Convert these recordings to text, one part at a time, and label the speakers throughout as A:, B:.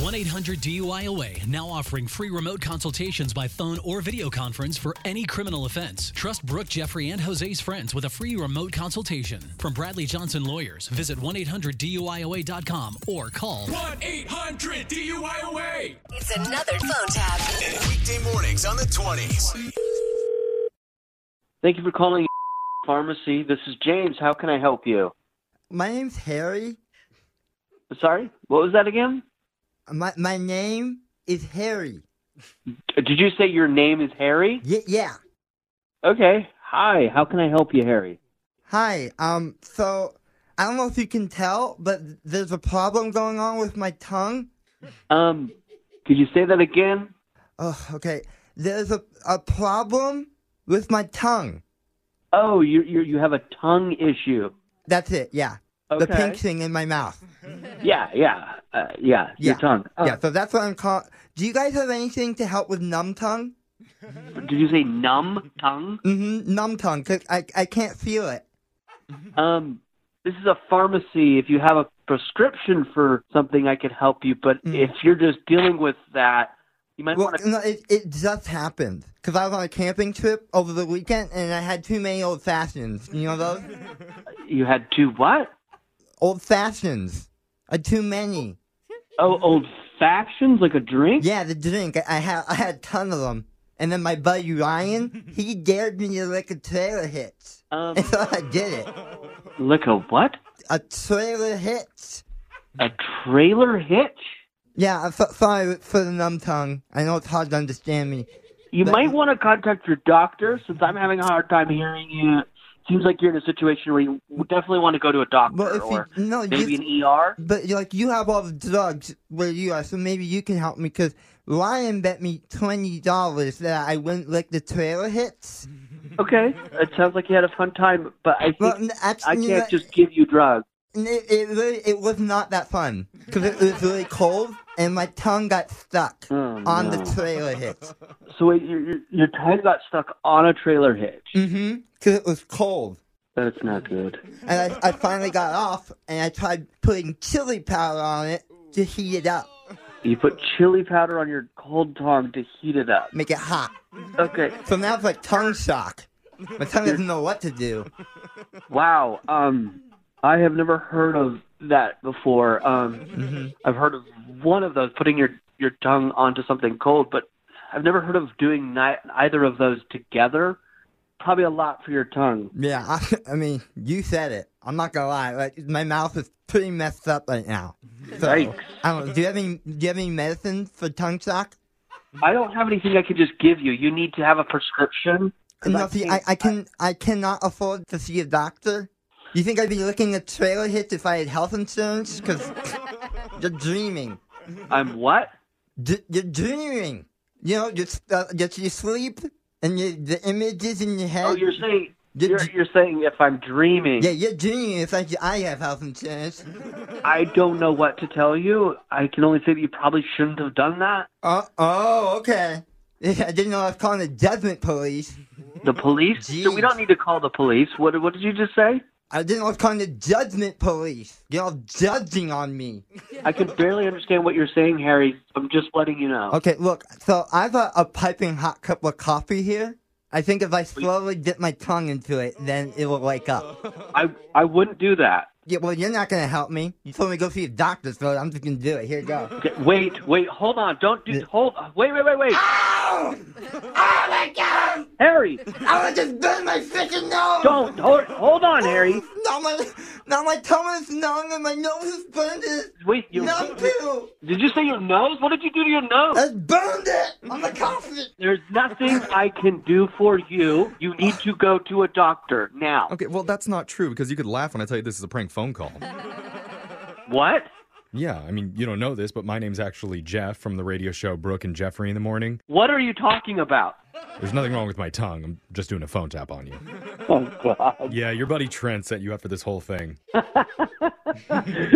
A: 1 800 DUIOA now offering free remote consultations by phone or video conference for any criminal offense. Trust Brooke, Jeffrey, and Jose's friends with a free remote consultation. From Bradley Johnson Lawyers, visit 1 800 DUIOA.com or call
B: 1 800 DUIOA.
C: It's another phone tap.
D: Weekday mornings on the 20s.
E: Thank you for calling pharmacy. This is James. How can I help you?
F: My name's Harry.
E: Sorry, what was that again?
F: My my name is Harry.
E: Did you say your name is Harry?
F: Y- yeah.
E: Okay. Hi. How can I help you, Harry?
F: Hi. Um. So I don't know if you can tell, but there's a problem going on with my tongue.
E: Um, could you say that again?
F: Oh, okay. There's a a problem with my tongue.
E: Oh, you you you have a tongue issue.
F: That's it. Yeah. The
E: Okay.
F: pink thing in my mouth.
E: Yeah, yeah, uh, yeah,
F: Yeah.
E: Your tongue. Oh,
F: Yeah. So that's what I'm calling. Do you guys have anything to help with numb tongue?
E: Did you say numb tongue?
F: Mm-hmm. Numb tongue. Cause I I can't feel it.
E: Um, this is a pharmacy. If you have a prescription for something, I could help you. But if you're just dealing with that, you might
F: Mm. Well,
E: want to.
F: no, it, it just happened because I was on a camping trip over the weekend and I had too many old fashions. You know those
E: You had two what?
F: old fashions. I had too many.
E: Oh, old factions like a drink.
F: Yeah, the drink. I, I had I had a ton of them. And then my buddy Ryan, he dared me to lick a trailer hits,
E: Um,
F: and so I did it.
E: like a what?
F: A trailer hits.
E: A trailer hitch?
F: Yeah, I'm so, sorry for the numb tongue. I know it's hard to understand me.
E: You might want to contact your doctor since I'm having a hard time hearing you. Seems like you're in a situation where you definitely want to go to a doctor
F: Well, if
E: or
F: you no,
E: maybe
F: you,
E: an ER.
F: But you're like you have all the drugs where you are, so maybe you can help me because Ryan bet me twenty dollars that I wouldn't lick the trailer hits.
E: Okay, it sounds like you had a fun time, but I think
F: Well, n- actually,
E: I
F: you
E: can't
F: know-
E: just give you drugs.
F: And It, it really it was not that fun because it was really cold and my tongue got stuck
E: Oh,
F: on
E: no.
F: the trailer hits.
E: So wait, your, your, your tongue got stuck on a trailer hitch.
F: Mm-hmm. Because it was cold,
E: That's not good.
F: and I, I finally got off and I tried putting chili powder on it to heat it up,
E: You put chili powder on your cold tongue to heat it up.
F: make it hot.
E: Okay,
F: So now it's like tongue shock. My tongue doesn't know what to do.
E: Wow. Um, I have never heard of that before. Um,
F: Mm-hmm.
E: I've heard of one of those, putting your your tongue onto something cold, but I've never heard of doing ni- either of those together. Probably a lot for your tongue.
F: Yeah, I, I mean, you said it. I'm not gonna lie. Like my mouth is pretty messed up right now. So, I
E: Yikes.
F: don't know. Do you have any? Do you have any medicine for tongue shock?
E: I don't have anything I could just give you. You need to have a prescription. 'cause
F: No, see, I,
E: can't-
F: I can I cannot afford to see a doctor. You think I'd be looking at trailer hits if I had health insurance? Because you're dreaming.
E: I'm what?
F: D- you're dreaming. You know, you're, s- uh, you you sleep and you, the images in your head.
E: Oh, you're saying
F: Did
E: you're,
F: you-
E: you're saying if I'm dreaming,
F: yeah, you're dreaming. It's like I have health insurance.
E: I don't know what to tell you. I can only say that you probably shouldn't have done that.
F: Uh, oh, okay. I didn't know I was calling the judgment police.
E: The police? So we
F: Jeez.
E: don't need to call the police. What what did you just say?
F: I didn't know I was calling the judgment police. You're all judging on me.
E: I can barely understand what you're saying, Harry. I'm just letting you know.
F: Okay, look, so I've a, a piping hot cup of coffee here. I think if I slowly dip my tongue into it, then it will wake up.
E: I I wouldn't do that.
F: Yeah, well, you're not gonna help me. You told me to go see a doctor, so I'm just gonna do it. Here you go.
E: Okay, wait, wait, hold on. Don't do hold wait, wait, wait, wait.
F: Oh my god!
E: Harry,
F: I would just burn my freaking nose!
E: don't hold hold on, Harry.
F: Now my, now my tongue is numb and my nose is burned. It's
E: Wait, you
F: numb too!
E: Did you say your nose? What did you do to your nose?
F: I burned it on the coffee!
E: There's nothing I can do for you. You need to go to a doctor now.
G: Okay, well, that's not true because you could laugh when I tell you this is a prank phone call.
E: What?
G: yeah, I mean, you don't know this, but my name's actually Jeff from the radio show Brooke and Jeffrey in the Morning.
E: What are you talking about?
G: There's nothing wrong with my tongue. I'm just doing a phone tap on you.
E: Oh God!
G: Yeah, your buddy Trent set you up for this whole thing.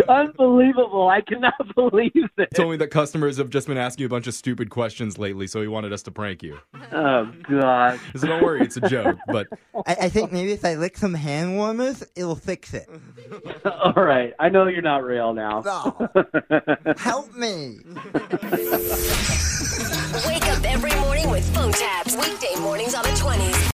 E: Unbelievable! I cannot believe this.
G: Told me that customers have just been asking you a bunch of stupid questions lately, so he wanted us to prank you.
E: Oh God!
G: So don't worry, it's a joke. But
F: I, I think maybe if I lick some hand warmers, it'll fix it.
E: All right, I know you're not real now.
F: No. Help me.
C: Wake up every morning with phone taps. Weekday mornings on the 20s.